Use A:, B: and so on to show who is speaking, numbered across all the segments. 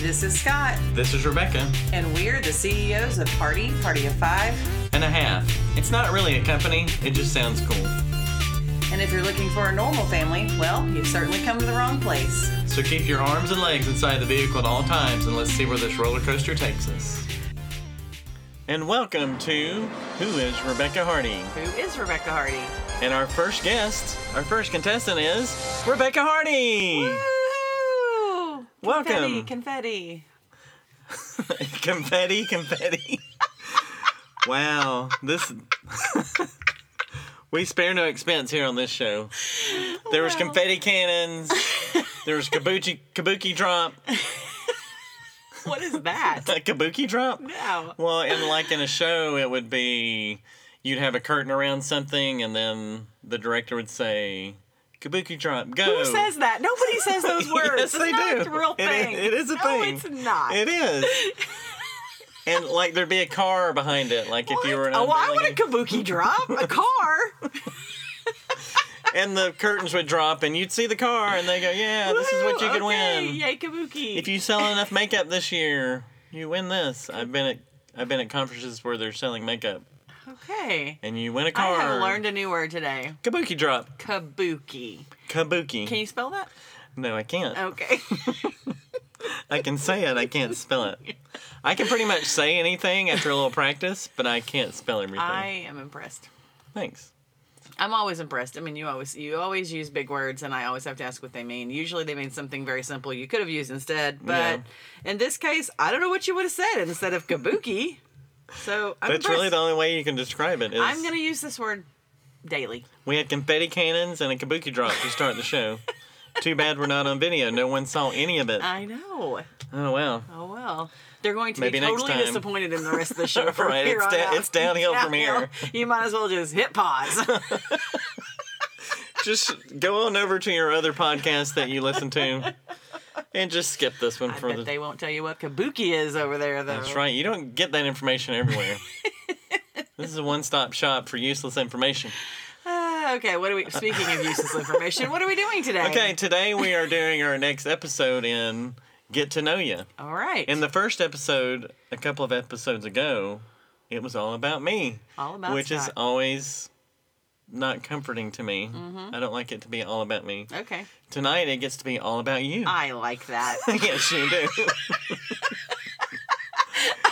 A: This is Scott,
B: This is Rebecca
A: and we're the CEOs of Party, Party of Five.
B: and a half. It's not really a company, it just sounds cool.
A: And if you're looking for a normal family, well, you've certainly come to the wrong place.
B: So keep your arms and legs inside the vehicle at all times and let's see where this roller coaster takes us. And welcome to Who is Rebecca Hardy?
A: Who is Rebecca Hardy?
B: And our first guest, our first contestant is Rebecca Hardy.
A: Woo!
B: Welcome.
A: confetti.
B: confetti, confetti. wow, this we spare no expense here on this show. There was confetti cannons. There was kabuki kabuki drop,
C: What is that?
B: a kabuki drop.
C: Wow.
B: Well, and like in a show, it would be you'd have a curtain around something, and then the director would say, "Kabuki drop, go."
C: Who says that? Nobody says those words.
B: Yes,
C: it's
B: they
C: not
B: do.
C: a real
B: It is-
C: thing.
B: it is a
C: no,
B: thing.
C: it's not.
B: It is. and like there'd be a car behind it, like if you were. An
C: oh, I
B: underling.
C: want a kabuki drop. A car.
B: and the curtains would drop, and you'd see the car, and they go, "Yeah, this is what you
C: Woo,
B: could
C: okay,
B: win
C: Yay, kabuki.
B: if you sell enough makeup this year. You win this." I've been at I've been at conferences where they're selling makeup,
C: okay.
B: and you win a
C: I
B: car.
C: have learned a new word today.
B: kabuki drop,
C: Kabuki.
B: kabuki.
C: Can you Oh. spell that?
B: no, I can't.
C: Okay.
B: I can say it. I can't spell it. I can pretty much say anything after a little practice, but I can't spell everything.
C: I am impressed.
B: Thanks.
C: I'm always impressed. I mean, you always you always use big words, and I always have to ask what they mean. Usually, they mean something very simple you could have used instead. But in this case, I don't know what you would have said instead of kabuki. So I'm
B: That's really
C: impressed.
B: the only way you can describe it. Is
C: I'm gonna use this word daily.
B: We had confetti cannons and a kabuki drop to start the show. Too bad we're not on video. No one saw any of it.
C: I know.
B: Oh wow.
C: Oh well. They're going to be
B: Maybe next
C: totally
B: time.
C: disappointed in the rest of the show. From
B: Right,
C: here
B: it's
C: on
B: da-
C: out.
B: it's downhill from here.
C: You might as well just hit pause.
B: Just go on over to your other podcast that you listen to, and just skip this one
C: I
B: for
C: bet
B: the.
C: they won't tell you what kabuki is over there, though.
B: That's right. You don't get that information everywhere. this is a one-stop shop for useless information.
C: Ah, okay. What are we? Speaking of useless information, what are we doing today?
B: Okay, today we are doing our next episode in Get to Know You.
C: All right.
B: In the first episode, a couple of episodes ago, it was all about me.
C: All about
B: Which is
C: Scott.
B: always not comforting to me.
C: Mm-hmm.
B: I don't like it to be all about me.
C: Okay.
B: Tonight, it gets to be all about you.
C: I like that.
B: yes, you do.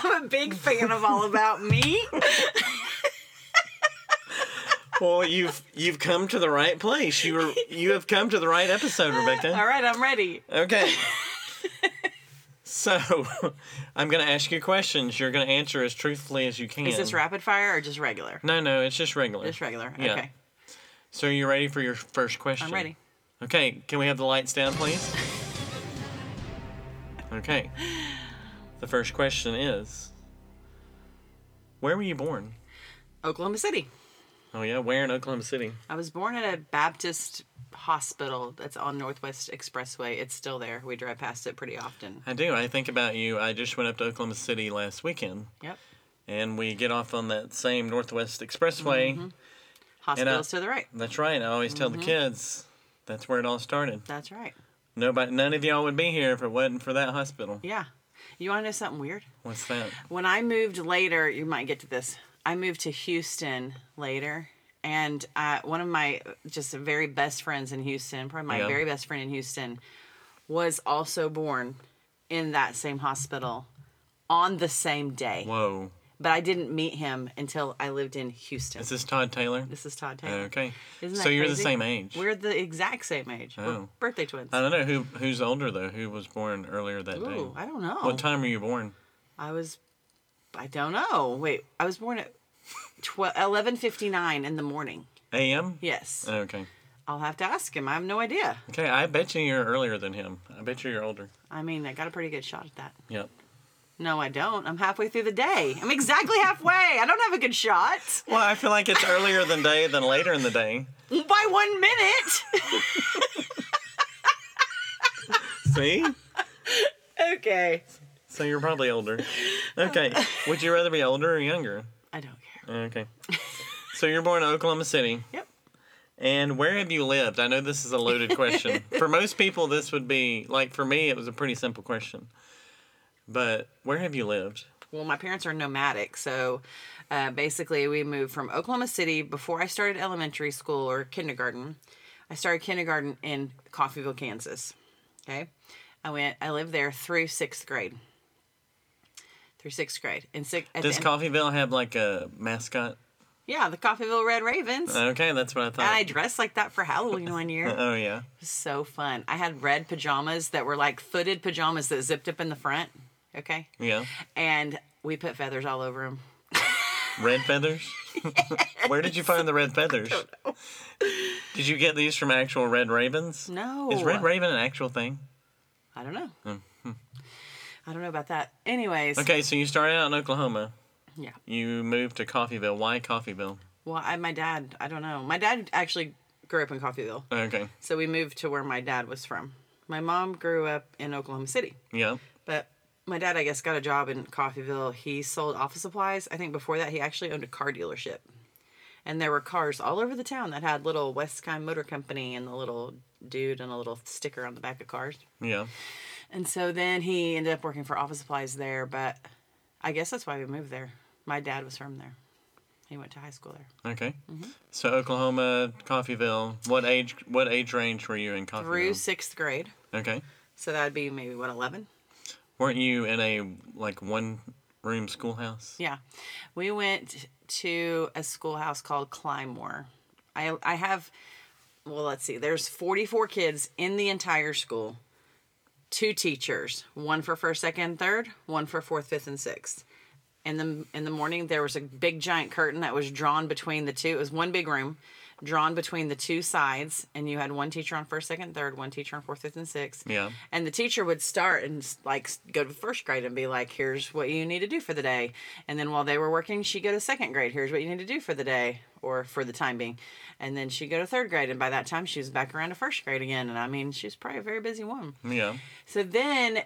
C: I'm a big fan of All About Me.
B: well, you've you've come to the right place. You were you have come to the right episode, Rebecca.
C: All right, I'm ready.
B: Okay. so, I'm going to ask you questions. You're going to answer as truthfully as you can.
C: Is this rapid fire or just regular?
B: No, no, it's just regular.
C: Just regular.
B: Yeah.
C: Okay.
B: So, are you ready for your first question?
C: I'm ready.
B: Okay, can we have the lights down, please? Okay. The first question is Where were you born?
C: Oklahoma City.
B: Oh, yeah, where in Oklahoma City?
C: I was born at a Baptist hospital that's on Northwest Expressway. It's still there. We drive past it pretty often.
B: I do. I think about you. I just went up to Oklahoma City last weekend,
C: Yep.
B: and uh, we get off on that same Northwest Expressway.
C: Mm-hmm. Hospitals to the right.
B: That's right. I always tell the
C: Mm-hmm.
B: kids that's where it all started.
C: That's right.
B: Nobody, none of y'all would be here if it wasn't for that hospital.
C: Yeah. You want to know something weird?
B: What's that?
C: When I moved later, you might get to this. I moved to Houston later, and uh, one of my just very best friends in Houston, probably my
B: Yeah.
C: very best friend in Houston, was also born in that same hospital on the same day.
B: Whoa.
C: But I didn't meet him until I lived in Houston.
B: Is this Todd Taylor? Uh,
C: this is Todd Taylor.
B: Okay.
C: Isn't
B: so
C: that
B: you're the
C: crazy?
B: same age.
C: We're the exact same age. We're
B: Oh.
C: birthday twins.
B: I don't know who who's older though. Who was born earlier that day?
C: Ooh, I don't know.
B: What time were you born?
C: I was, I don't know. Wait, I was born at 12, 11.59 in the morning.
B: A.M.
C: Yes.
B: Okay.
C: I'll have to ask him. I have no idea.
B: Okay. I bet you you're earlier than him. I bet you you're older.
C: I mean, I got a pretty good shot at that.
B: Yep.
C: No, I don't. I'm halfway through the day. I'm exactly halfway. I don't have a good shot
B: Well, I feel like it's earlier than day than later in the day.
C: by one minute.
B: See?
C: okay.
B: So you're
C: Oh.
B: probably older. Okay. Would you rather be older or younger?
C: I don't care.
B: Okay. So you're born in Oklahoma City.
C: Yep.
B: And where have you lived? I know this is a loaded question. for most people, this would be like for me, it was a pretty simple question. But where have you lived?
C: Well, my parents are nomadic, so uh, basically we moved from Oklahoma City before I started elementary school or kindergarten. I started kindergarten in Coffeeville, Kansas. Okay, I went. I lived there through sixth grade. Through sixth grade, and six. At the
B: Does
C: end-
B: Coffeeville have like a mascot?
C: yeah, the Coffeeville Red Ravens.
B: Okay, that's what I
C: and I
B: thought.
C: dressed like that for Halloween one year. It
B: oh yeah.
C: was so fun. I had red pajamas that were like footed pajamas that zipped up in the front. Okay,
B: Yeah.
C: and we put feathers all over them.
B: Red feathers? Where did you find the red feathers? Did you get these from actual red ravens?
C: No,
B: Is red raven an actual thing?
C: I don't know. I don't know about that. Anyways,
B: Okay, so you started out in Oklahoma.
C: yeah.
B: You moved to Coffeeville. Why Coffeeville?
C: Well, I, my dad, I don't know. My dad actually grew up in Coffeeville,
B: Okay.
C: so we moved to where my dad was from. My mom grew up in Oklahoma City,
B: Yeah.
C: but my dad, I guess, got a job in Coffeeville. He sold office supplies. I think before that, he actually owned a car dealership. And there were cars all over the town that had little Westkine Motor Company and the little dude and a little sticker on the back of cars.
B: Yeah.
C: And so then he ended up working for office supplies there, but I guess that's why we moved there. My dad was from there. He went to high school there.
B: Okay.
C: Mm-hmm.
B: So Oklahoma, Coffeeville. What age? What age range were you in
C: Through
B: Coffeeville?
C: sixth grade.
B: Okay.
C: So that'd be maybe what, eleven?
B: Weren't you in a like one room schoolhouse?
C: Yeah. We went to a schoolhouse called Clymore. I I have well, let's see. There's 44 kids in the entire school. Two teachers, one for first, second, third, one for fourth, fifth, and sixth. In the in the morning, there was a big giant curtain that was drawn between the two. It was one big room, drawn between the two sides, and you had one teacher on first, second, third, one teacher on fourth, fifth, and sixth.
B: Yeah.
C: And the teacher would start and like go to first grade and be like, "Here's what you need to do for the day." And then while they were working, she'd go to second grade. Here's what you need to do for the day or for the time being. And then she'd go to third grade, and by that time she was back around to first grade again. And I mean, she was probably a very busy woman.
B: Yeah.
C: So then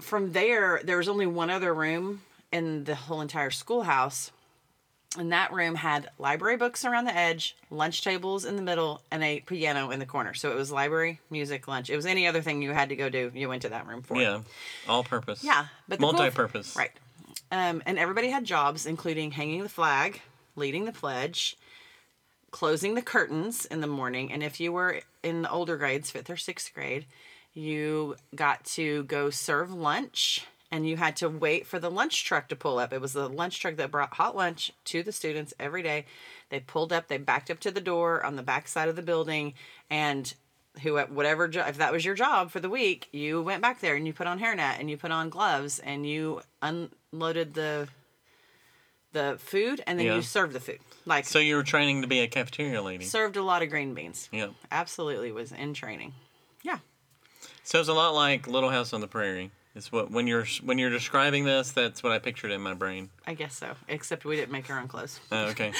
C: from there, there was only one other room in the whole entire schoolhouse. And that room had library books around the edge, lunch tables in the middle, and a piano in the corner. So it was library, music, lunch. It was any other thing you had to go do, you went to that room for.
B: Yeah. All purpose.
C: Yeah. But the cool-
B: multi-purpose.
C: right. Um, and everybody had jobs, including hanging the flag, leading the pledge, closing the curtains in the morning. And if you were in the older grades, fifth or sixth grade, you got to go serve lunch and you had to wait for the lunch truck to pull up. It was the lunch truck that brought hot lunch to the students every day. They pulled up, they backed up to the door on the back side of the building and who whatever jo- if that was your job for the week, you went back there and you put on hairnet and you put on gloves and you unloaded the the food and then
B: Yeah.
C: you served the food. Like
B: So you were training to be a cafeteria lady.
C: served a lot of green beans.
B: yeah.
C: Absolutely was in training. Yeah.
B: So it's a lot like Little House on the Prairie. It's what when you're when you're describing this, that's what I pictured in my brain.
C: I guess so. Except we didn't make our own clothes.
B: Oh, okay.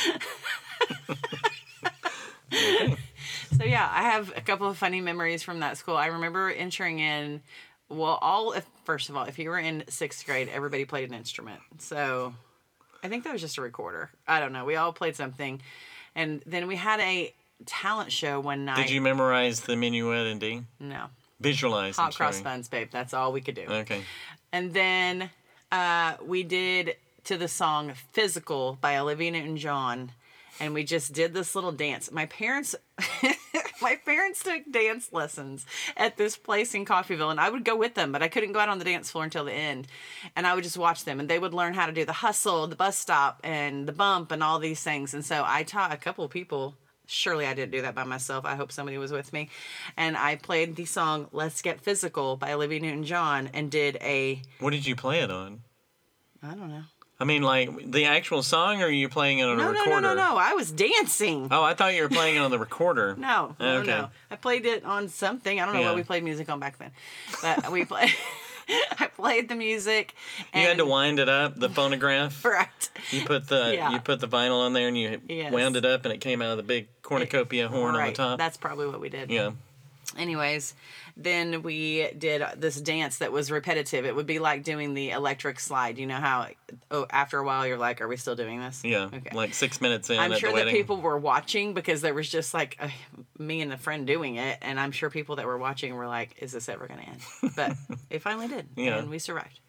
C: So yeah, I have a couple of funny memories from that school. I remember entering in. Well, all if, first of all, if you were in sixth grade, everybody played an instrument. So I think that was just a recorder. I don't know. We all played something, and then we had a talent show one night.
B: Did you memorize the minuet in D?
C: No.
B: Visualize. I'm Oh,
C: Hot cross
B: sorry.
C: buns, babe. That's all we could do.
B: Okay.
C: And then uh, we did to the song Physical by Olivia Newton John. And we just did this little dance. My parents my parents took dance lessons at this place in Coffeeville and I would go with them, but I couldn't go out on the dance floor until the end. And I would just watch them and they would learn how to do the hustle, the bus stop and the bump and all these things. And so I taught a couple people Surely I didn't do that by myself. I hope somebody was with me. And I played the song Let's Get Physical by Olivia Newton John and did a
B: What did you play it on?
C: I don't know.
B: I mean, like the actual song, or are you playing it on a
C: Oh, No, no,
B: recorder?
C: no, no, no. I was dancing.
B: Oh, I thought you were playing it on the recorder.
C: No, no,
B: Okay.
C: no. I played it on something. I don't know
B: Yeah.
C: what we played music on back then, but we played. I played the music. And,
B: You had to wind it up, the phonograph.
C: Correct.
B: You put the
C: Yeah.
B: you put the vinyl on there, and you
C: Yes.
B: wound it up, and it came out of the big cornucopia horn on
C: Right.
B: the top.
C: That's probably what we did.
B: yeah.
C: Anyways, then we did this dance that was repetitive. It would be like doing the electric slide. You know how oh, after a while you're like, are we still doing this?
B: Yeah,
C: Okay.
B: like six minutes in
C: I'm
B: at
C: sure
B: the
C: that
B: wedding.
C: people were watching because there was just like uh, me and a friend doing it, and I'm sure people that were watching were like, "Is this ever going to end?" But it finally did,
B: Yeah.
C: and we survived.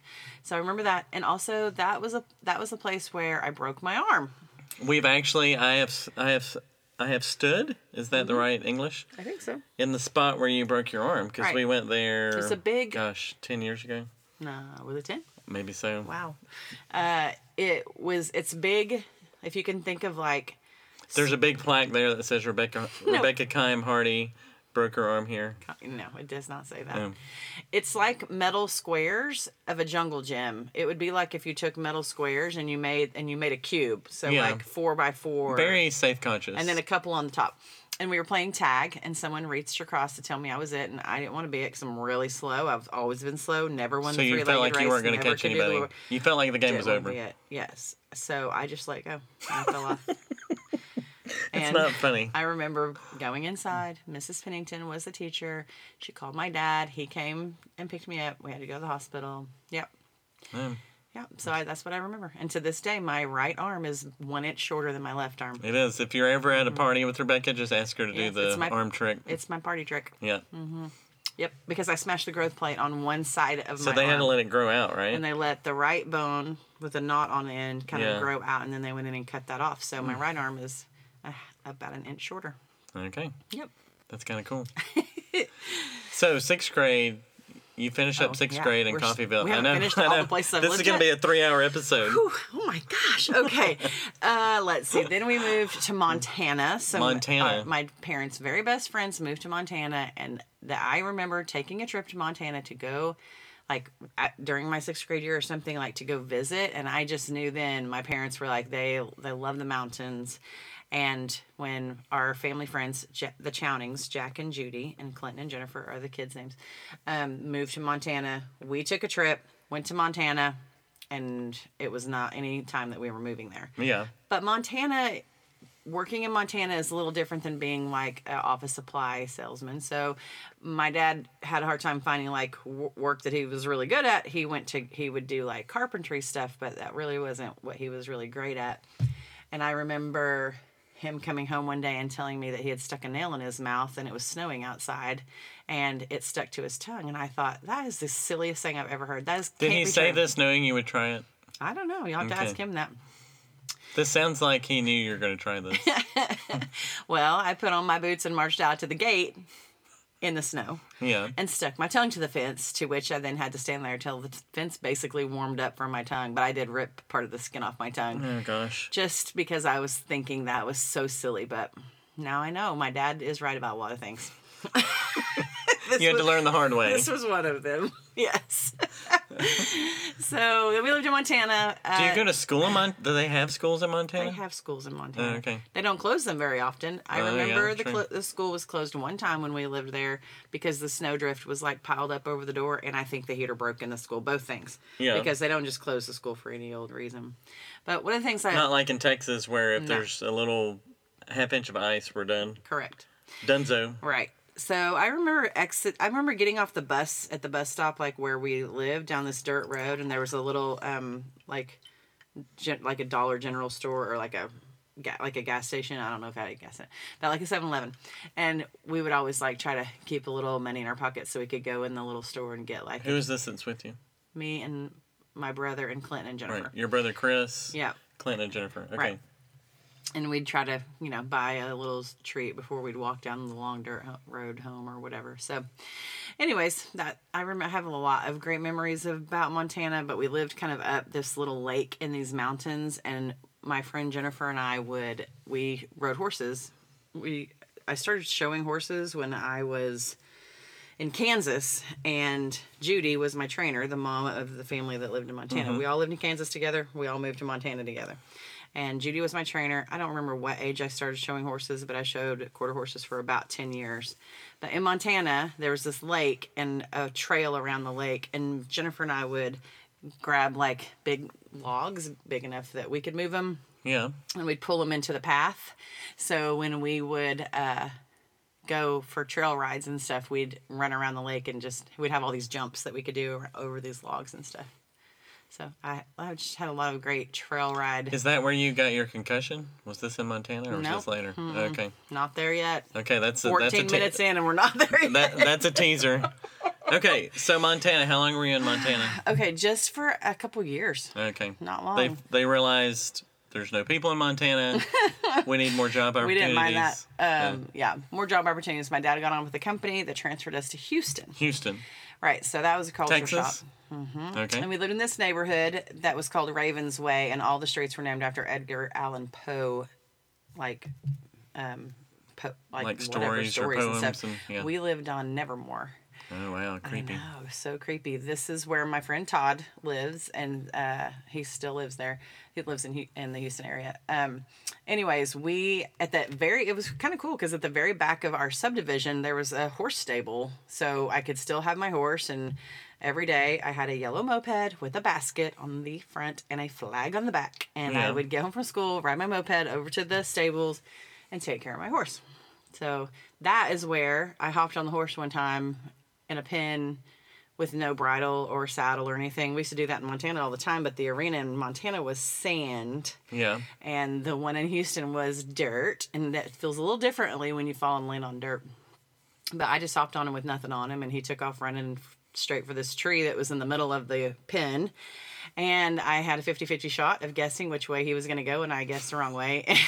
C: So I remember that, and also that was a that was a place where I broke my arm.
B: We've actually, I have, s- I have, s- I have stood. Is that the
C: Mm-hmm.
B: right English?
C: I think so.
B: In the spot where you broke your arm, because
C: Right.
B: we went there.
C: It's a big-
B: Gosh, ten years ago,
C: No, was it ten?
B: maybe so.
C: Wow. Uh, it was. It's big. If you can think of like
B: There's a big plaque there that says Rebecca Rebecca Kime Hardy broke her arm here.
C: No, it does not say that.
B: No.
C: It's like metal squares of a jungle gym. It would be like if you took metal squares and you made and you made a cube. So
B: Yeah.
C: like four by four,
B: Very safe conscious.
C: and then a couple on the top. And we were playing tag, and someone reached across to tell me I was it, and I didn't want to be it because I'm really slow. I've always been slow. Never won
B: so
C: the
B: you
C: three
B: felt like
C: race.
B: you weren't going to
C: never
B: catch
C: could do the
B: anybody.
C: little-
B: You felt like the game was
C: didn't
B: over.
C: wanna be it. Yes. So I just let go. And I fell off.
B: It's
C: And-
B: not funny.
C: I remember going inside. Mrs. Pennington was the teacher. She called my dad. He came and picked me up. We had to go to the hospital. Yep. Yep. So I, that's what I remember. And to this day, my right arm is one inch shorter than my left arm.
B: It is. If you're ever at a party with Rebecca, just ask her to
C: Mm-hmm. Yes,
B: do the
C: it's my-
B: arm trick.
C: It's mm-hmm, my party trick.
B: yeah.
C: Yep. Because I smashed the growth plate on one side of
B: So
C: my
B: they
C: arm.
B: had to let it grow out, right?
C: and they let the right bone with a knot on the end kind
B: Yeah. Hmm.
C: of grow out. And then they went in and cut that off. So my right arm is uh, about an inch shorter.
B: okay.
C: Yep.
B: That's kind of cool. so sixth grade, you finish up
C: Oh,
B: sixth
C: yeah.
B: grade in
C: We're s-
B: Coffeeville.
C: we
B: I
C: haven't
B: know.
C: finished
B: I
C: all the
B: know.
C: places I've
B: this is
C: lived
B: going to
C: yet.
B: be a three-hour episode.
C: Whew, Oh my gosh. Okay. Uh, let's see. Then we moved to Montana. So uh,
B: Montana.
C: my parents' very best friends moved to Montana, and the, I remember taking a trip to Montana to go, like at, during my sixth grade year or something, like to go visit. And I just knew then my parents were like they they love the mountains. And when our family friends, Ja- the Chownings, Jack and Judy, and Clinton and Jennifer are the kids' names, um, moved to Montana, we took a trip, went to Montana, and it was not any time that we were moving there.
B: Yeah.
C: But Montana, working in Montana is a little different than being like an office supply salesman. So my dad had a hard time finding like w- work that he was really good at. He went to, he would do like carpentry stuff, but that really wasn't what he was really great at. And I remember him coming home one day and telling me that he had stuck a nail in his mouth and it was snowing outside and it stuck to his tongue. And I thought, that is the silliest thing I've ever heard. That is,
B: Did
C: can't
B: he
C: be
B: say
C: true."
B: this knowing you would try it?
C: I don't know. You'll have to
B: Okay.
C: ask him that.
B: This sounds like he knew you were going to try this.
C: Well, I put on my boots and marched out to the gate in the snow
B: yeah.
C: and stuck my tongue to the fence, to which I then had to stand there till the fence basically warmed up from my tongue. But I did rip part of the skin off my tongue
B: Oh gosh.
C: just because I was thinking that was so silly. But now I know my dad is right about a lot of things. This
B: You had to
C: was-
B: learn the hard way.
C: This was one of them. Yes. so we lived in Montana. uh,
B: Do you go to school in Mon? Do they have schools in Montana?
C: They have schools in Montana.
B: Oh, okay.
C: They don't close them very often. I
B: Oh, yeah,
C: remember the,
B: true.
C: clo- the school was closed one time when we lived there because the snowdrift was like piled up over the door, and I think the heater broke in the school. Both things.
B: Yeah.
C: Because they don't just close the school for any old reason. But one of the things I
B: Not like in Texas where if
C: No.
B: there's a little half inch of ice, we're done.
C: correct.
B: Dunzo.
C: Right. So I remember exit. I remember getting off the bus at the bus stop, like where we lived, down this dirt road, and there was a little, um, like, gen- like a Dollar General store or like a, ga- like a gas station. I don't know if I had a gas it, but like a 7-Eleven, and we would always like try to keep a little money in our pocket so we could go in the little store and get like
B: Who is this that's with you?
C: me and my brother and Clinton and Jennifer.
B: Right. Your brother Chris.
C: Yeah.
B: Clinton and Jennifer. Okay.
C: Right. and we'd try to you know buy a little s- treat before we'd walk down the long dirt ho- road home or whatever so anyways that i remember have a lot of great memories about montana but we lived kind of up this little lake in these mountains and my friend jennifer and i would we rode horses we i started showing horses when i was in Kansas, and Judy was my trainer, the mom of the family that lived in Montana. We all lived in Kansas together. We all moved to Montana together. And Judy was my trainer. I don't remember what age I started showing horses, but I showed quarter horses for about 10 years. But in Montana, there was this lake and a trail around the lake, and Jennifer and I would grab like big logs big enough that we could move them
B: Yeah.
C: and we'd pull them into the path. So when we would uh, go for trail rides and stuff, we'd run around the lake and just we'd have all these jumps that we could do over, over these logs and stuff. So I I just had a lot of great trail ride.
B: Is that where you got your concussion? Was this in Montana or was
C: Nope.
B: this later? Okay.
C: Not there yet.
B: Okay, that's a, that's a
C: Fourteen
B: te-
C: minutes in, and we're not there yet.
B: that, that's a teaser. Okay, so Montana, how long were you in Montana?
C: okay, just for a couple years.
B: Okay.
C: Not
B: They
C: long.
B: they realized there's no people in Montana. we need more job
C: We
B: opportunities.
C: didn't mind that.
B: Yeah.
C: Um, yeah, more job opportunities. My dad got on with the company that transferred us to Houston.
B: Houston,
C: Right, so that was a culture shock. Mm-hmm.
B: Texas. Okay.
C: And we lived in this neighborhood that was called Ravens Way, and all the streets were named after Edgar Allan Poe, like, um, po- like,
B: Like
C: whatever,
B: stories or
C: and
B: poems
C: stuff.
B: and- yeah.
C: We lived on Nevermore.
B: oh wow, creepy.
C: Oh, so creepy. This is where my friend Todd lives, and uh, he still lives there. He lives in Hu- in the Houston area. Um, anyways, we at that very it was kind of cool because at the very back of our subdivision there was a horse stable, so I could still have my horse and. Every day, I had a yellow moped with a basket on the front and a flag on the back. And I
B: Yeah.
C: would get home from school, ride my moped over to the stables, and take care of my horse. So that is where I hopped on the horse one time in a pen with no bridle or saddle or anything. We used to do that in Montana all the time, but the arena in Montana was sand
B: Yeah.
C: and the one in Houston was dirt, and that feels a little differently when you fall and land on dirt. But I just hopped on him with nothing on him, and he took off running f- straight for this tree that was in the middle of the pen. And I had a 50 50 shot of guessing which way he was going to go, and I guessed the wrong way.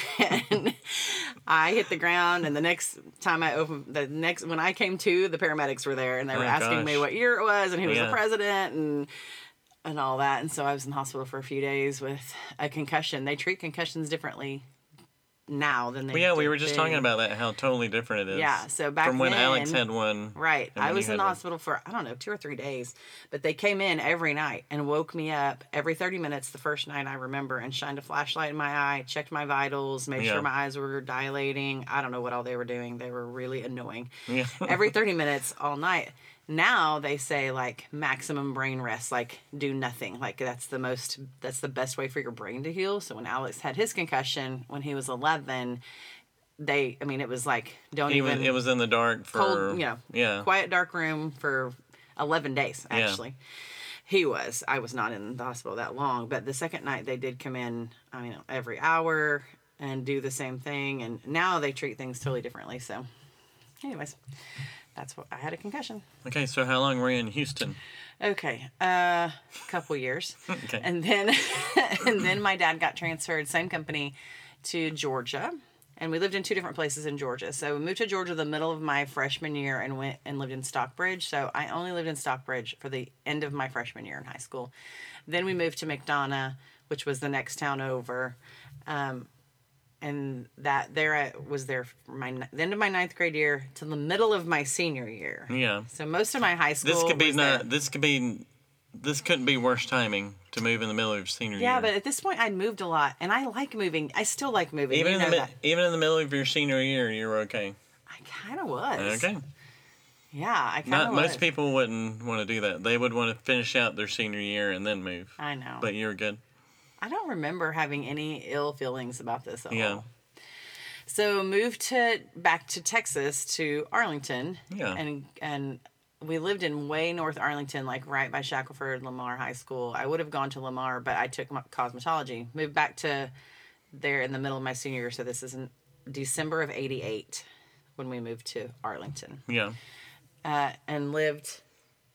C: And I hit the ground. And the next time I opened, the next, when I came to, the paramedics were there and they were
B: Oh,
C: asking me
B: gosh.
C: what year it was and who was the
B: Yeah.
C: president and and all that. And so I was in the hospital for a few days with a concussion. They treat concussions differently now than they.
B: Well, yeah, we
C: did
B: were just
C: then.
B: talking about that, how totally different it is.
C: Yeah, so back
B: from when Alex
C: then-
B: had one.
C: Right.
B: and
C: I
B: when
C: was
B: you
C: in the
B: had one.
C: hospital for I don't know two or three days, but they came in every night and woke me up every thirty minutes. The first night I remember and shined a flashlight in my eye, checked my vitals, made
B: Yeah.
C: sure my eyes were dilating. I don't know what all they were doing. They were really annoying.
B: Yeah.
C: every 30 minutes all night. Now they say like maximum brain rest, like do nothing. Like that's the most, that's the best way for your brain to heal. So when Alex had his concussion when he was 11, they, I mean, it was like, don't
B: Even,
C: even,
B: it was in the dark for
C: cold, you know,
B: yeah.
C: quiet dark room for 11 days actually. He was. I was not in the hospital that long, but the second night they did come in, I mean, every hour and do the same thing and now they treat things totally differently. So anyways, that's what I had a concussion.
B: Okay, so how long were you in Houston?
C: Okay, uh, couple years,
B: Okay.
C: and then and then my dad got transferred, same company, to Georgia, and we lived in two different places in Georgia. So we moved to Georgia the middle of my freshman year and went and lived in Stockbridge. So I only lived in Stockbridge for the end of my freshman year in high school. Then we moved to McDonough, which was the next town over. Um, and that there I was there for my ni- the end of my ninth grade year to the middle of my senior year.
B: Yeah.
C: So most of my high school.
B: This could be
C: was there.
B: not. This could be. This couldn't be worse timing to move in the middle of your senior year.
C: Yeah, but at this point, I'd moved a lot, and I like moving. I still like moving.
B: even
C: you
B: in
C: know
B: the mid
C: that.
B: even in the middle of your senior year, you were okay.
C: I kind of was.
B: Okay.
C: Yeah, I kind
B: Not
C: of was.
B: most people wouldn't want to do that. They would want to finish out their senior year and then move.
C: I know.
B: But you were good.
C: I don't remember having any ill feelings about this at
B: Yeah.
C: all. So moved to back to Texas to Arlington.
B: Yeah.
C: And and we lived in way north Arlington, like right by Shackelford Lamar High School. I would have gone to Lamar, but I took my cosmetology. Moved back to there in the middle of my senior year. So this is in December of '88 when we moved to Arlington.
B: Yeah.
C: uh, and lived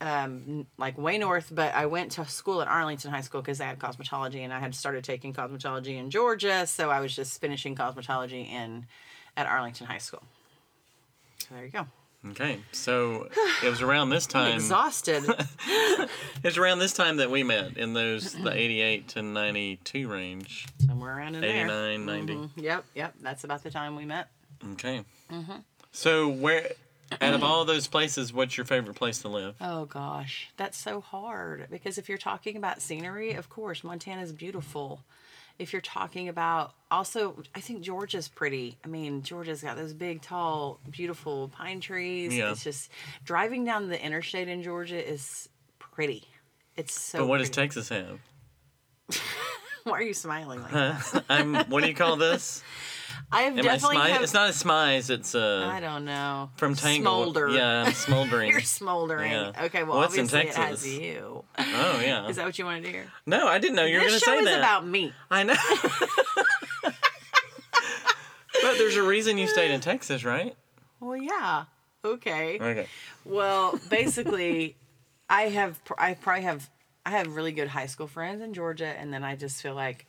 C: um, n- like way north, but I went to school at Arlington High School because I had cosmetology and I had started taking cosmetology in Georgia. So I was just finishing cosmetology in at Arlington High School. So there you go.
B: Okay. So it was around this time.
C: Exhausted.
B: It's around this time that we met in those the 88 to 92 range.
C: Somewhere around in there.
B: 89, 90.
C: Yep, yep. That's about the time we met.
B: Okay.
C: Mm-hmm.
B: So where out of all those places, what's your favorite place to live?
C: Oh gosh, that's so hard because if you're talking about scenery, of course, Montana's beautiful. If you're talking about also, I think Georgia's pretty. I mean, Georgia's got those big, tall, beautiful pine trees.
B: Yeah.
C: It's just driving down the interstate in Georgia is pretty. It's so.
B: But what does
C: pretty.
B: Texas have?
C: Why are you smiling like that?
B: I'm what do you call this?
C: I have
B: Am I
C: definitely.
B: smi-
C: have,
B: It's not a smize. It's a
C: I don't know.
B: from Tangle.
C: Smolder.
B: Yeah, I'm smoldering.
C: You're smoldering.
B: Yeah.
C: Okay, well,
B: What's in
C: obviously it has
B: Texas?
C: you.
B: oh yeah.
C: Is that what you wanted to hear?
B: no, I didn't know you were going
C: this
B: to
C: show
B: say
C: is
B: that.
C: about me.
B: I know. but there's a reason you stayed in Texas, right?
C: Well, yeah. Okay.
B: Okay.
C: Well, basically, I have pr- I probably have I have really good high school friends in Georgia, and then I just feel like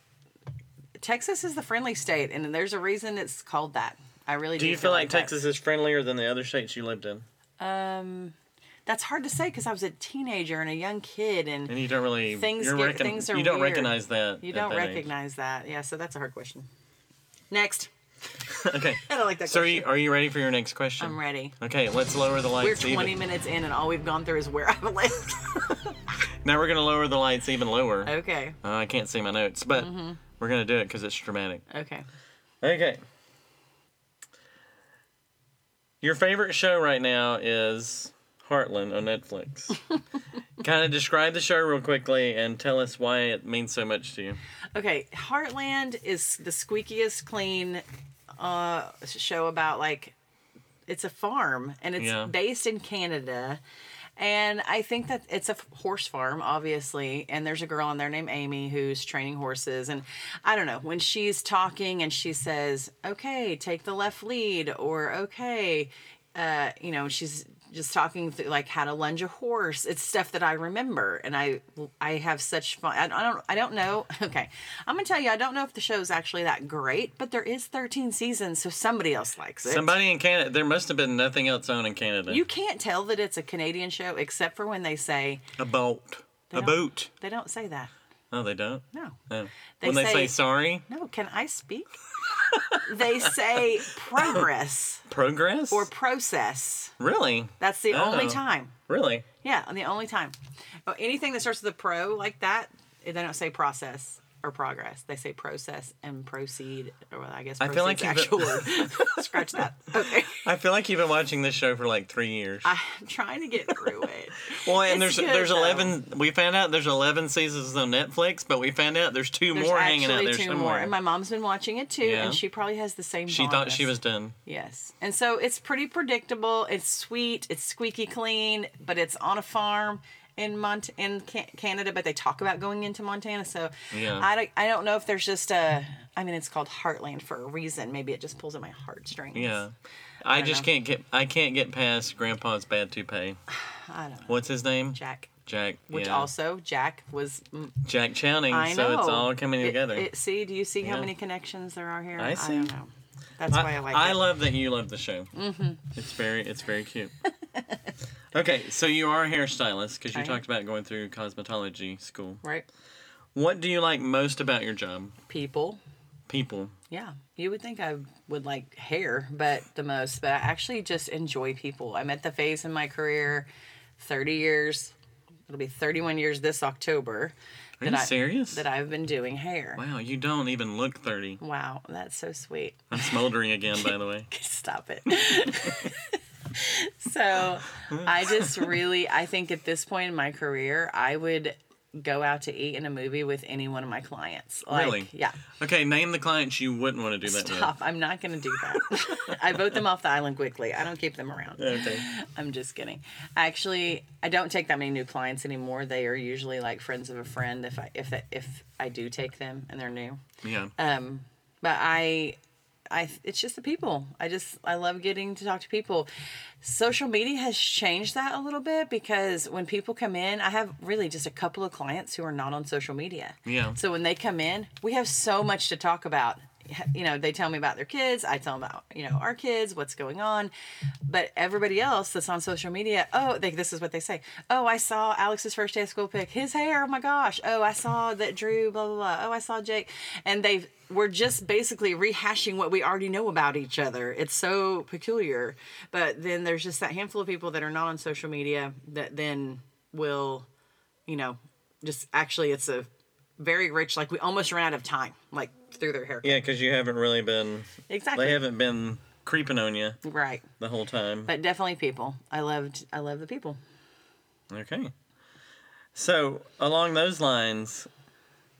C: Texas is the friendly state, and there's a reason it's called that. I really do.
B: Do you feel like
C: that.
B: Texas is friendlier than the other states you lived in?
C: Um, that's hard to say because I was a teenager and a young kid, and
B: And you don't really
C: Things
B: you're
C: get-
B: recon-
C: things are
B: you don't
C: weird.
B: recognize that.
C: you
B: at
C: don't
B: that age.
C: recognize that. Yeah, so that's a hard question. Next,
B: Okay.
C: I don't like that.
B: So are
C: question.
B: you, are you ready for your next question?
C: I'm ready.
B: Okay, let's lower the
C: We're
B: lights
C: 20
B: even.
C: minutes in, and all we've gone through is where I've lived.
B: Now we're gonna lower the lights even lower.
C: okay.
B: Uh, I can't see my notes, but
C: Mm-hmm.
B: we're gonna do it because it's dramatic.
C: Okay.
B: Okay. Your favorite show right now is Heartland on Netflix. kind of describe the show real quickly and tell us why it means so much to you.
C: Okay, Heartland is the squeakiest clean uh, show about like it's a farm and it's
B: Yeah.
C: based in Canada. And I think that it's a f- horse farm, obviously. And there's a girl in there named Amy who's training horses. And I don't know, when she's talking and she says, okay, take the left lead, or okay, uh, you know, she's just talking through like how to lunge a horse. It's stuff that I remember, and I I have such fun. I, I don't I don't know. Okay, I'm gonna tell you, I don't know if the show's actually that great, but there is 13 seasons, so somebody else likes it.
B: Somebody in Canada, there must have been nothing else on in Canada.
C: You can't tell that it's a Canadian show except for when they say
B: a boat. A
C: don't-
B: boat.
C: they don't say that.
B: No, Oh, they don't.
C: No.
B: No.
C: They
B: when they say
C: say-
B: sorry,
C: No, can I speak? they say progress
B: progress?
C: or process.
B: really?
C: That's the only
B: Oh.
C: time.
B: Really?
C: Yeah, and the only time. Oh, anything that starts with a pro like that, they don't say process or progress. They say process and proceed. Or well, I guess
B: I feel like
C: proceed's actual word. Scratch that. Okay.
B: I feel like you've been watching this show for like three years.
C: I'm trying to get through it.
B: Well, and
C: It's
B: there's
C: good,
B: there's
C: though.
B: eleven. We found out there's eleven seasons on Netflix, but we found out there's two
C: There's
B: more
C: actually
B: hanging out there
C: two
B: somewhere.
C: more. And my mom's been watching it too,
B: Yeah.
C: and she probably has the same
B: she
C: bond
B: thought
C: as-
B: she was done.
C: Yes. And so it's pretty predictable. It's sweet. It's squeaky clean, but it's on a farm in Mont in Can- Canada, but they talk about going into Montana. So
B: Yeah.
C: I don't, I don't know if there's just a I mean it's called Heartland for a reason. Maybe it just pulls at my heartstrings.
B: Yeah, I, just
C: know.
B: can't get I can't get past Grandpa's bad toupee.
C: I don't know.
B: What's his name?
C: Jack.
B: Jack.
C: Which
B: yeah.
C: also Jack was mm,
B: Jack Channing.
C: I know.
B: so it's all coming
C: It-
B: together.
C: It, see, do you see how
B: Yeah.
C: many connections there are here?
B: I see.
C: don't know. That's why I like it.
B: love that you love the show. Mm-hmm. It's very it's very cute. okay, so you are a hairstylist because you
C: I am.
B: talked about going through cosmetology school.
C: right?
B: What do you like most about your job?
C: People.
B: People.
C: Yeah, you would think I would like hair, but the most, but I actually just enjoy people. I'm at the phase in my career, 30 years, it'll be 31 years this October,
B: Are
C: That
B: you
C: I-
B: serious?
C: that I've been doing hair.
B: Wow, you don't even look 30.
C: Wow, that's so sweet.
B: I'm smoldering again, by the way.
C: Stop it. so I just really, I think at this point in my career, I would go out to eat in a movie with any one of my clients. Like,
B: Really? uh,
C: Yeah.
B: Okay, name the clients you wouldn't want to do that
C: Stop. I'm not going to do that. I vote them off the island quickly. I don't keep them around.
B: with. Okay.
C: I'm just kidding. Actually, I don't take that many new clients anymore. They are usually like friends of a friend if I if if I do take them and they're new.
B: Yeah.
A: Uh,
C: Um, but I, I it's just the people. I just I love getting to talk to people. Social media has changed that a little bit because when people come in, I have really just a couple of clients who are not on social media.
B: Yeah.
C: So when they come in, we have so much to talk about. You know, they tell me about their kids. I tell them about you know our kids, what's going on. But everybody else that's on social media, oh, they, this is what they say. Oh, I saw Alex's first day of school pick his hair. Oh my gosh. Oh, I saw that Drew. Blah blah blah. Oh, I saw Jake. And they we're just basically rehashing what we already know about each other. It's so peculiar. But then there's just that handful of people that are not on social media that then will you know, just actually it's a very rich like we almost ran out of time, like through their haircut.
B: Yeah, because you haven't really been, they
C: Exactly.
B: haven't been creeping on you
C: right.
B: the whole time.
C: But definitely people. I loved I love the people.
B: Okay. So, along those lines,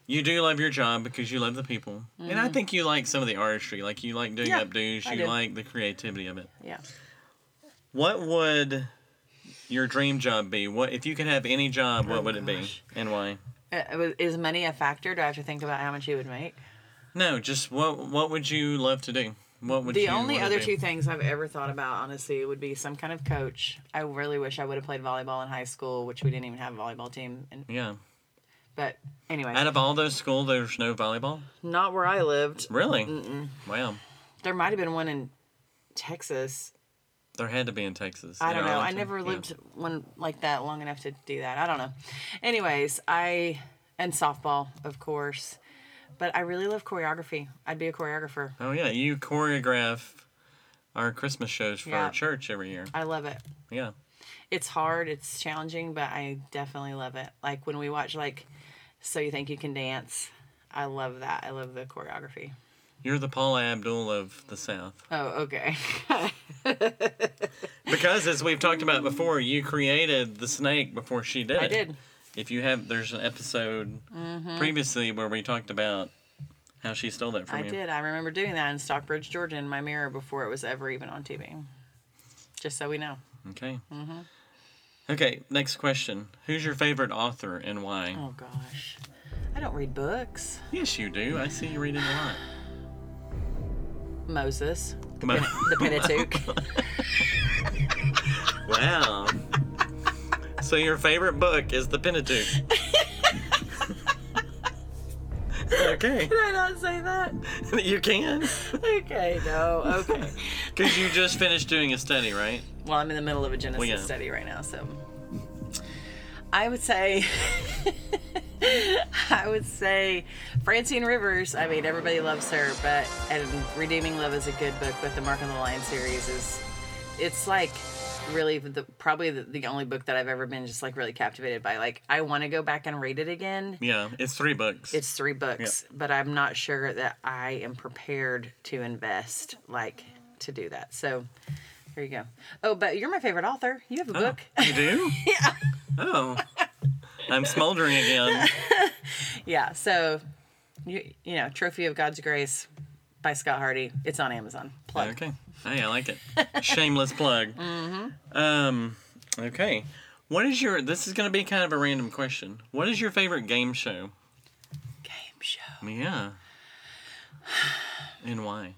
B: You do love your job because you love the people, and I think you like some of the artistry. Like you like doing
A: Mm-hmm. Yeah,
B: updos.
A: I
B: You
A: do.
B: like the creativity of it.
A: Yeah.
B: What would your dream job be? What if you could have any job? What would
A: Oh
B: it be,
C: gosh.
B: and why?
C: Uh, was- Is money a factor? Do I have to think about how much you would make?
B: No, just what what would you love to do? What would
C: The
B: you
C: only
B: wanna
C: other
B: do?
C: two things I've ever thought about, honestly, would be some kind of coach. I really wish I would have played volleyball in high school, which we didn't even have a volleyball team. And,
B: Yeah.
C: but anyway,
B: Out of all those school, there's no volleyball.
C: not where I lived.
B: Really? Wow.
C: There might have been one in Texas.
B: There had to be in Texas.
C: I
B: in
C: don't know. I
B: Arlington.
C: never
B: Yeah.
C: lived one like that long enough to do that. I don't know. Anyways, I and softball, of course. But I really love choreography. I'd be a choreographer.
B: Oh yeah, you choreograph our Christmas shows for
C: Yeah.
B: our church every year.
C: I love it.
B: Yeah.
C: it's hard, it's challenging, but I definitely love it. Like when we watch like So You Think You Can Dance, I love that. I love the choreography.
B: You're the Paula Abdul of the South.
C: Oh, okay.
B: Because as we've talked about before, you created the snake before she did
C: I
B: it.
C: did. Mm-hmm.
B: If you have there's an episode previously where we talked about how she stole that from
C: I
B: you.
C: did. I remember doing that in Stockbridge, Georgia in my mirror before it was ever even on TV. Just so we know.
B: Okay.
C: Mm-hmm.
B: Okay, next question. Who's your favorite author and why?
C: Oh gosh. I don't read books.
B: Yes, you do. I see you reading a lot.
C: Moses,
B: Come on.
C: the Pentateuch.
B: Wow. so your favorite book is The Pentateuch. okay.
C: Did I not say that?
B: You can.
C: Okay, no. Okay.
B: Because you just finished doing a study, right?
C: Well, I'm in the middle of a Genesis
B: yeah.
C: study right now, so I would say I would say Francine Rivers. I mean, everybody loves her, but and Redeeming Love is a good book, but the Mark on the Lion series is it's like really the, probably the, the only book that I've ever been just like really captivated by. Like I want to go back and read it again.
B: Yeah, it's three books.
C: It's three books, but I'm not sure that I am prepared to invest like to do that. So there you go. Oh, but you're my favorite author. You have a book.
B: you do? yeah. Oh. I'm smoldering again.
C: yeah. So you you know, Trophy of God's Grace by Scott Hardy. It's on Amazon. Plug.
B: Okay. Hey, I like it. Shameless plug. Mm-hmm. Um, okay. What is your, this is going to be kind of a random question. What is your favorite game show?
C: Game show.
B: Yeah. And why?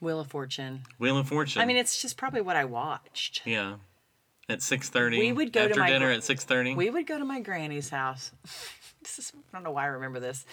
C: Wheel of Fortune.
B: Wheel of Fortune.
C: I mean, it's just probably what I watched.
B: yeah. At six thirty.
C: We would go to
B: after
C: my
B: dinner
C: gra-
B: at six thirty.
C: We would go to my granny's house. this is I don't know why I remember this.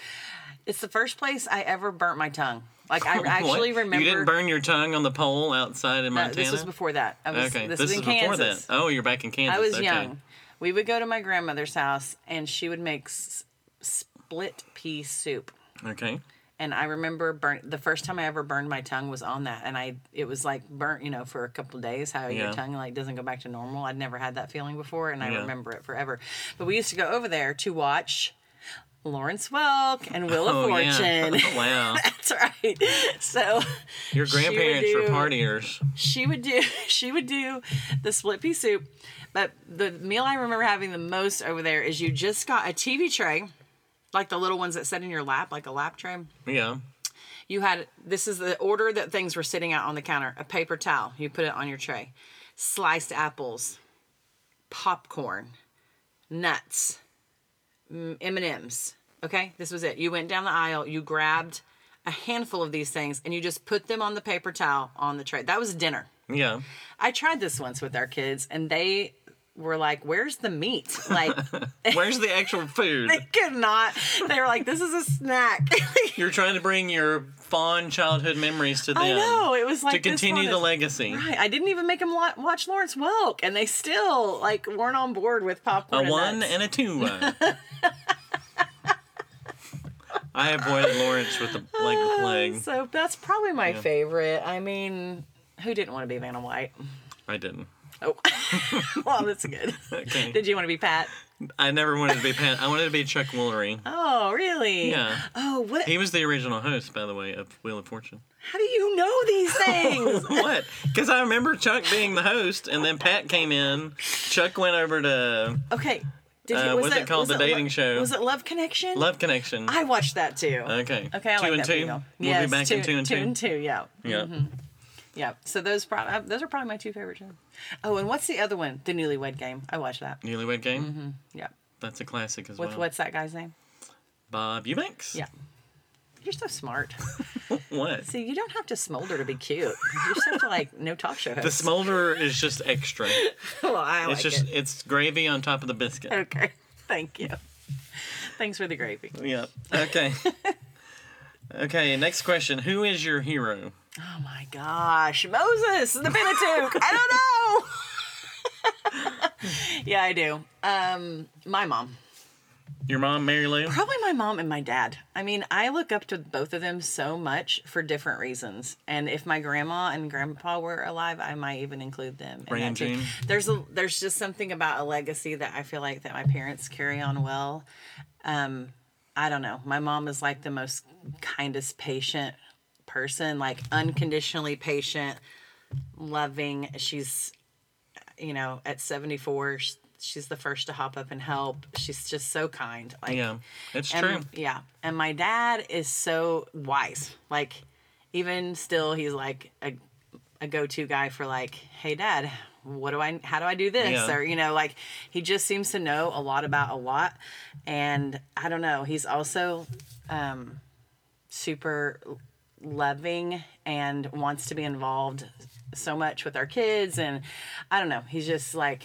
C: It's the first place I ever burnt my tongue. Like I actually remember
B: You didn't burn your tongue on the pole outside in
C: No,
B: Montana.
C: Uh, this was before that. I was,
B: okay,
C: This, was in
B: before
C: Kansas.
B: that. Oh, you're back in Kansas.
C: I was
B: okay.
C: young. We would go to my grandmother's house, and she would make s- split pea soup.
B: Okay.
C: And I remember burn the first time I ever burned my tongue was on that, and I it was like burnt, you know, for a couple of days. How
B: Yeah.
C: your tongue like doesn't go back to normal. I'd never had that feeling before, and I
B: Yeah.
C: remember it forever. But we used to go over there to watch Lawrence Welk and Wheel of
B: Oh
C: Fortune.
B: yeah. wow.
C: That's right. So
B: Your
C: She would
B: grandparents were
C: do-
B: partiers.
C: she would do she would do the split pea soup but the meal i remember having the most over there is you just got a tv tray like the little ones that sit in your lap like a lap tray
B: Yeah.
C: you had this is the order that things were sitting out on the counter a paper towel you put it on your tray sliced apples popcorn nuts m- m&ms okay this was it you went down the aisle you grabbed a handful of these things and you just put them on the paper towel on the tray that was dinner
B: Yeah.
C: I tried this once with our kids, and they were like, "Where's the meat?" Like,
B: Where's the actual food?
C: they could not. They were like, "This is a snack."
B: You're trying to bring your fond childhood memories to them.
C: I know it was like
B: To
C: this
B: continue
C: one
B: the
C: is-
B: legacy.
C: Right. I didn't even make them watch Lawrence Welk, and they still like weren't on board with
B: A
C: popcorn.
B: one and a two. I avoided Lawrence with the like the plague.
C: Oh, So that's probably my favorite. I mean, who didn't want to be Vanna White?
B: I didn't.
C: Oh, well, that's good.
B: Okay.
C: Did you want to be Pat?
B: I never wanted to be Pat. I wanted to be Chuck Woolery.
C: Oh, really?
B: Yeah.
C: Oh, what?
B: He was the original host, by the way, of Wheel of Fortune.
C: How do you know these
B: Oh.
C: things?
B: What? Because I remember Chuck being the host, and then Pat came in. Chuck went over to
C: okay.
D: Did
B: Uh, what's it called?
D: was
B: The
D: Lo-
B: dating show.
D: Was it Love Connection?
B: Love Connection.
D: I watched that too.
B: okay.
C: Okay, I
B: two
C: like
B: and
C: that
B: two.
C: video.
B: We'll
D: yes,
B: be back in two and two.
D: Two and two. Yeah.
B: Yeah.
C: Mm-hmm.
D: Yeah.
C: So those prob- uh, those are probably my two favorite shows. Oh, and what's the other one? The Newlywed Game. I watched that.
B: Newlywed Game.
C: Yeah.
B: That's a classic as
C: Mm-hmm. With
B: well.
C: what's that guy's name?
B: Bob Eubanks.
C: Yeah. You're so smart.
B: What?
C: See, you don't have to smolder to be cute. You just have to like no talk show
B: The
C: host.
B: smolder is just extra.
C: well, I
B: It's
C: like
B: just
C: it.
B: it's gravy on top of the biscuit.
C: Okay. Thank you. Thanks for the gravy.
B: Yep. Okay. okay. Next question: Who is your hero?
C: Oh my god.
D: Gosh, Moses, the Pentateuch. I don't know. yeah, I do. Um, my mom.
B: Your mom, Mary Lou.
C: Probably my mom and my dad. I mean, I look up to both of them so much for different reasons. And if my grandma and grandpa were alive, I might even include them. in
B: Ray
C: that
B: and
C: too.
B: June.
C: There's a there's just something about a legacy that I feel like that my parents carry on well. Um, I don't know. My mom is like the most kindest, patient person, like unconditionally patient, loving. She's you know, at 74, sh- she's the first to hop up and help. She's just so kind. Like
B: Yeah, it's
C: and,
B: true.
C: Yeah. And my dad is so wise. Like, even still, he's like a, a go to guy for, like, hey, dad, what do I, how do I do this?
B: Yeah.
C: Or, you know, like, he just seems to know a lot about a lot. And I don't know. He's also um, super loving and wants to be involved so much with our kids. And I don't know. He's just like,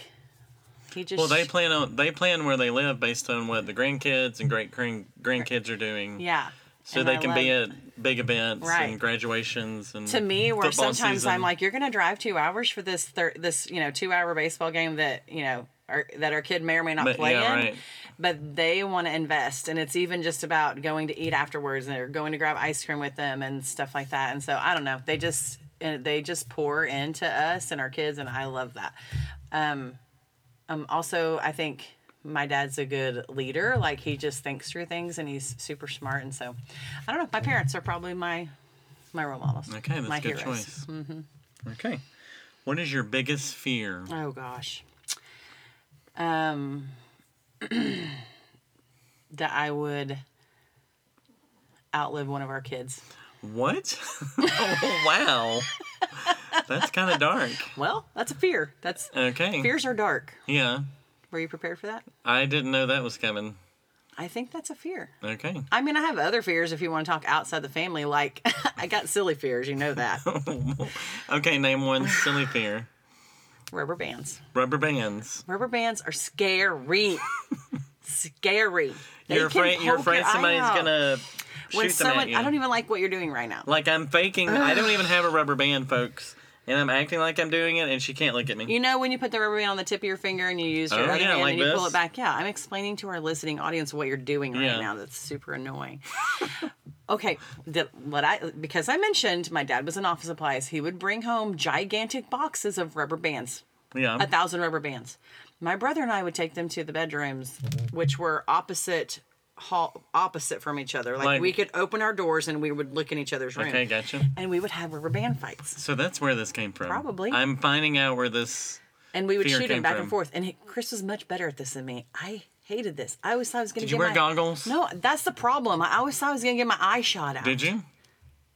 C: he just.
B: Well, they plan on they plan where they live based on what the grandkids and great grand grandkids are doing.
C: yeah.
B: So
C: And
B: they
C: I
B: can be
C: love-
B: at big events
C: Right.
B: and graduations and
C: to me where
B: football
C: sometimes
B: season.
C: I'm like, you're gonna drive two hours for this thir- this you know two hour baseball game that you know our, that our kid may or may not
B: But-
C: play
B: yeah,
C: in,
B: right.
C: but they want to invest, and it's even just about going to eat afterwards and or going to grab ice cream with them and stuff like that. And so I don't know, they just uh, they just pour into us and our kids, and I love that. Um, um, also I think my dad's a good leader. Like he just thinks through things, and he's super smart. And so I don't know, my parents are probably my my role models.
B: okay, that's
C: my
B: a good
C: heroes. Mm-hmm.
B: choice. Okay, what is your biggest fear?
C: Oh gosh. Um that I would outlive one of our kids.
B: What? oh wow, that's kind of dark.
C: Well, that's a fear. That's
B: Okay.
C: fears are dark.
B: Yeah,
C: Were you prepared for that?
B: I didn't know that was coming.
C: I think that's a fear.
B: Okay.
C: I mean, I have other fears if you want to talk outside the family. Like, I got silly fears, you know that.
B: okay, name one silly fear.
C: Rubber bands.
B: Rubber bands.
C: Rubber bands are scary. scary. They
B: you're
C: can
B: afraid you're
C: poke your
B: afraid
C: eye
B: somebody's
C: out.
B: gonna
C: When
B: shoot them
C: someone,
B: at you.
C: I don't e-, even like what you're doing right now.
B: Like I'm faking. I don't even have a rubber band, folks, and I'm acting like I'm doing it, and she can't look at me.
C: You know when you put the rubber band on the tip of your finger and you use your
B: Oh,
C: other
B: yeah,
C: hand
B: like
C: and you pull
B: this.
C: it back. Yeah, I'm explaining to our listening audience what you're doing right
B: Yeah.
C: now. That's super annoying. okay, the, what I because I mentioned my dad was in office supplies. He would bring home gigantic boxes of rubber bands,
B: yeah.
C: a thousand rubber bands. My brother and I would take them to the bedrooms,
B: Mm-hmm.
C: which were opposite hall, opposite from each other. Like,
B: Like-
C: we could open our doors and we would look in each other's room,
B: okay, gotcha.
C: and we would have rubber band fights.
B: So that's where this came from.
C: Probably.
B: I'm finding out where this.
C: and we would
B: fear
C: shoot him
B: came
C: back
B: from.
C: and forth. And he- Chris was much better at this than me. I hated this. I always thought I was going to
B: Did
C: get
B: you wear
C: my
B: goggles?
C: No, that's the problem. I always thought I was going to get my eye shot out.
B: Did you?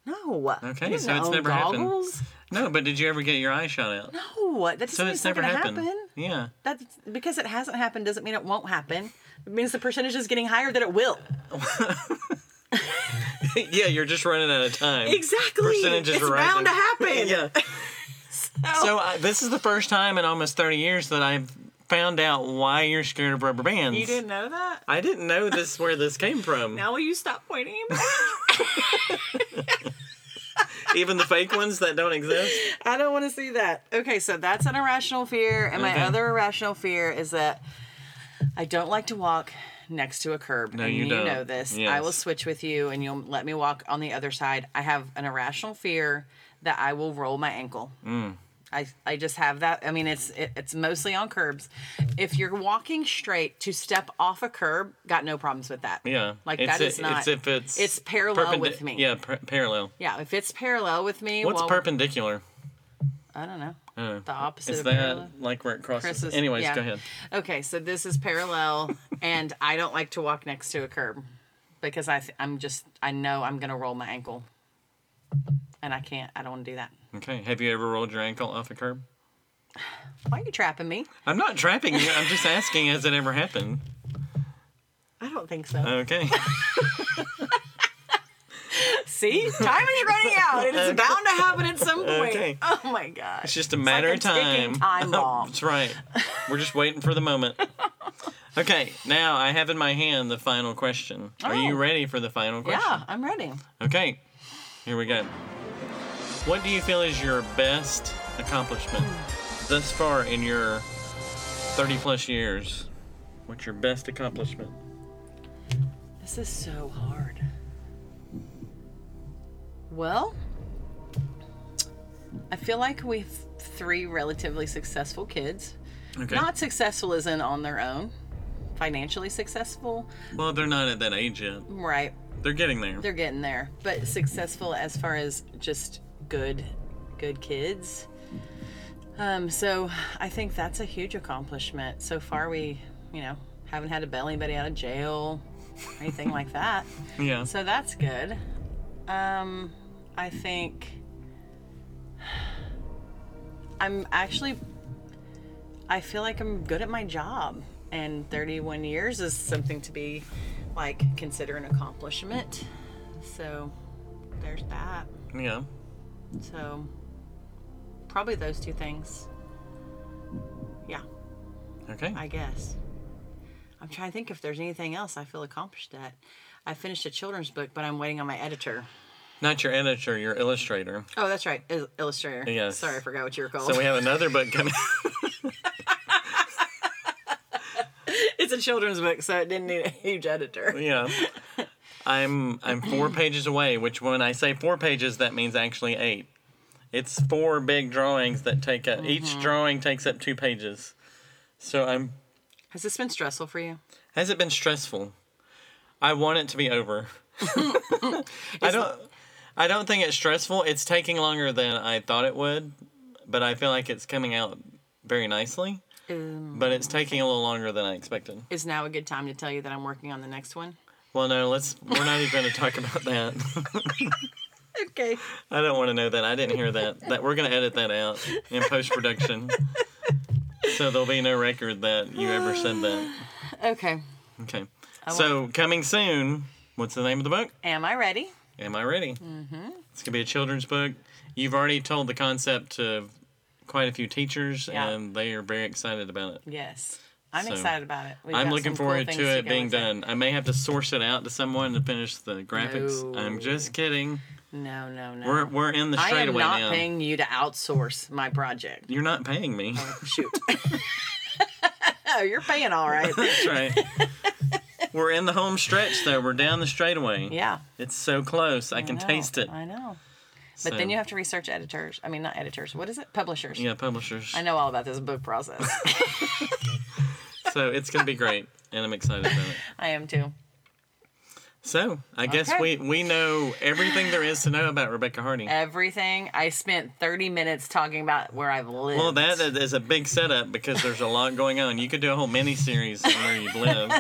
C: No.
B: Okay,
C: You
B: so it's
C: know,
B: never happened.
C: goggles?
B: No, but did you ever get your eye shot out?
C: No, that doesn't
B: so
C: mean
B: it's never
C: not gonna
B: happened.
C: happen.
B: Yeah.
C: That's because it hasn't happened doesn't mean it won't happen. It means the percentage is getting higher that it will.
B: yeah, you're just running out of time.
C: Exactly.
B: Percentages
C: it's
B: are rising.
C: bound to happen.
B: yeah. So I, this is the first time in almost 30 years that I've found out why you're scared of rubber bands.
D: You didn't know that?
B: I didn't know this where this came from.
D: Now will you stop pointing?
B: Even the fake ones that don't exist.
C: I don't want to see that. Okay, so that's an irrational fear. And
B: Okay.
C: my other irrational fear is that I don't like to walk next to a curb. No, and
B: you don't.
C: know this. I
B: Yes.
C: will switch with you and you'll let me walk on the other side. I have an irrational fear that I will roll my ankle.
B: Mm.
C: I, I just have that. I mean, it's it, it's mostly on curbs. If you're walking straight to step off a curb, got no problems with that.
B: Yeah.
C: like
B: it's
C: that is
B: i-
C: not.
B: It's if it's.
C: it's parallel
B: perpendic-
C: with me.
B: Yeah, par- parallel.
C: yeah. If it's parallel with me,
B: What's
C: well,
B: perpendicular?
C: I don't know.
B: Uh,
C: The opposite
B: is
C: of
B: that
C: parallel.
B: like where it crosses?
C: Chris is-
B: Anyways,
C: yeah.
B: go ahead.
C: Okay, so this is parallel, and I don't like to walk next to a curb because I th- I'm just I know I'm gonna roll my ankle, and I can't. I don't want to do that.
B: Okay. Have you ever rolled your ankle off a curb?
C: Why are you trapping me?
B: I'm not trapping you. I'm just asking, has it ever happened?
C: I don't think so.
B: Okay.
C: See, time is running out. It is bound to happen at some point.
B: Okay.
C: Oh my gosh.
B: It's just a matter
C: like
B: of
C: a ticking
B: time. Oh,
C: time bomb.
B: That's right. We're just waiting for the moment. Okay, now I have in my hand the final question. Are you
C: Oh.
B: ready for the final question?
C: Yeah, I'm ready.
B: Okay, here we go. What do you feel is your best accomplishment thus far in your 30 plus years? What's your best accomplishment?
C: This is so hard. Well, I feel like we have three relatively successful kids.
B: Okay.
C: Not successful as in on their own, financially successful.
B: well, they're not at that age yet.
C: Right.
B: They're getting there.
C: They're getting there, but successful as far as just good, good kids. Um, so I think that's a huge accomplishment. So far, we, you know, haven't had to bail anybody out of jail or anything like that.
B: yeah.
C: So that's good. Um, I think I'm actually, I feel like I'm good at my job, and 31 years is something to be like consider an accomplishment. So there's that.
B: Yeah.
C: So probably those two things. Yeah,
B: Okay.
C: I guess. I'm trying to think if there's anything else I feel accomplished at. I finished a children's book, but I'm waiting on my editor.
B: Not your editor, your illustrator.
C: Oh, that's right. Il- Illustrator.
B: Yes.
C: Sorry, I forgot what you were called.
B: So we have another book coming.
C: it's a children's book, so it didn't need a huge editor.
B: yeah. I'm I'm four pages away, which when I say four pages, that means actually eight. It's four big drawings that take up each drawing takes up two pages. So I'm
C: Has this been stressful for you?
B: has it been stressful? I want it to be over. I don't I don't think it's stressful. It's taking longer than I thought it would, but I feel like it's coming out very nicely.
C: Um,
B: But it's taking a little longer than I expected.
C: is now a good time to tell you that I'm working on the next one?
B: Well, no, let's. We're not even going to talk about that.
C: Okay.
B: I don't want to know that. I didn't hear that. That we're going to edit that out in post production. So there'll be no record that you ever said that.
C: Okay.
B: Okay. So coming soon. What's the name of the book?
C: Am I ready?
B: Am I ready? Mm-hmm. It's going to be a children's book. You've already told the concept to quite a few teachers,
C: Yeah.
B: and they are very excited about it.
C: Yes. I'm
B: So,
C: excited about it. We've
B: I'm
C: got
B: looking
C: some cool
B: forward
C: things
B: to it
C: go
B: being
C: with
B: done. I may have to source it out to someone to finish the graphics. I'm
C: No.
B: just kidding.
C: No, no, no.
B: We're, we're in the
C: I am
B: straightaway
C: not
B: now.
C: paying you to outsource my project.
B: You're not paying me.
C: Shoot. oh, you're paying all right.
B: That's right. We're in the home stretch, though. We're down the straightaway.
C: Yeah.
B: It's so close. I, can
C: I know,
B: taste it.
C: I know. But then you have to research editors. I mean, not editors. What is it? Publishers.
B: Yeah, publishers.
C: I know all about this book process.
B: So it's going to be great, and I'm excited about it.
C: I am too.
B: So I guess
C: Okay.
B: we, we know everything there is to know about Rebecca Hardy.
C: Everything. I spent 30 minutes talking about where I've lived.
B: Well, that is a big setup because there's a lot going on. You could do a whole mini series on where you've lived.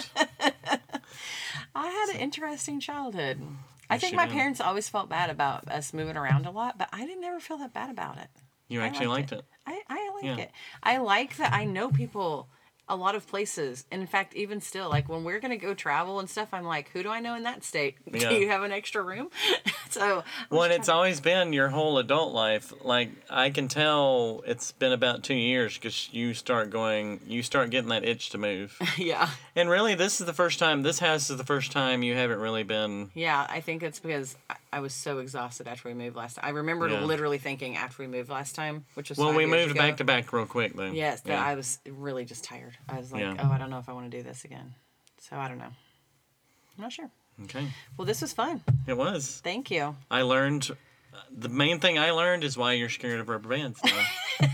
C: I had an interesting childhood. I think
B: you
C: my
B: did.
C: parents always felt bad about us moving around a lot, but I didn't ever feel that bad about it.
B: You actually
C: liked
B: liked it.
C: I, I like
B: Yeah.
C: it. I like that I know people a lot of places. And in fact, even still, like when we're gonna go travel and stuff, I'm like, who do I know in that state?
B: Yeah.
C: Do you have an extra room? so
B: Well, and it's always been your whole adult life. Like I can tell, it's been about two years because you start going, you start getting that itch to move.
C: yeah.
B: And really, this is the first time. This house is the first time you haven't really been.
C: Yeah, I think it's because I- I was so exhausted after we moved last time. I remember
B: Yeah.
C: literally thinking after we moved last time, which was
B: Well,
C: five
B: we
C: years
B: moved
C: ago,
B: back to back real quick though.
C: Yes, that
B: Yeah.
C: I was really just tired. I was like,
B: Yeah.
C: oh, I don't know if I want to do this again. So I don't know. I'm not sure.
B: okay.
C: Well, this was fun.
B: It was.
C: Thank you.
B: I learned. The main thing I learned is why you're scared of rubber bands. Now.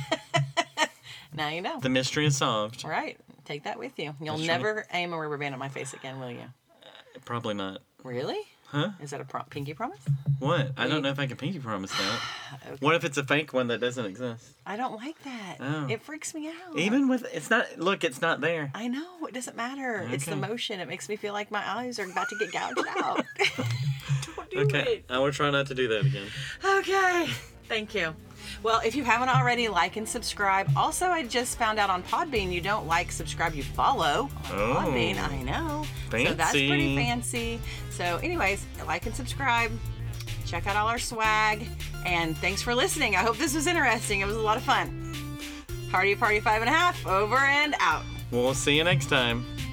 C: Now you know.
B: the mystery is solved.
C: All right. Take that with you. You'll
B: That's right.
C: never aim a rubber band at my face again, will you?
B: Probably not.
C: Really?
B: Huh?
C: Is that a prom- pinky promise?
B: What? I don't know if I can pinky promise that. What if it's a fake one that doesn't exist?
C: I don't like that.
B: Oh.
C: It freaks me out.
B: Even with it's not. Look, it's not there.
C: I know it doesn't matter. It's the
B: Okay.
C: motion. It makes me feel like my eyes are about to get gouged out.
E: Don't do
B: Okay,
E: it.
B: I will try not to do that again.
C: Okay. Thank you. Well, if you haven't already, like and subscribe. Also, I just found out on Podbean you don't like, subscribe, you follow on
B: Oh.
C: Podbean. I know. So that's
B: Fancy.
C: pretty fancy. So, anyways, like and subscribe. Check out all our swag. And thanks for listening. I hope this was interesting. It was a lot of fun. Party, party, five and a half. Over and out.
B: We'll see you next time.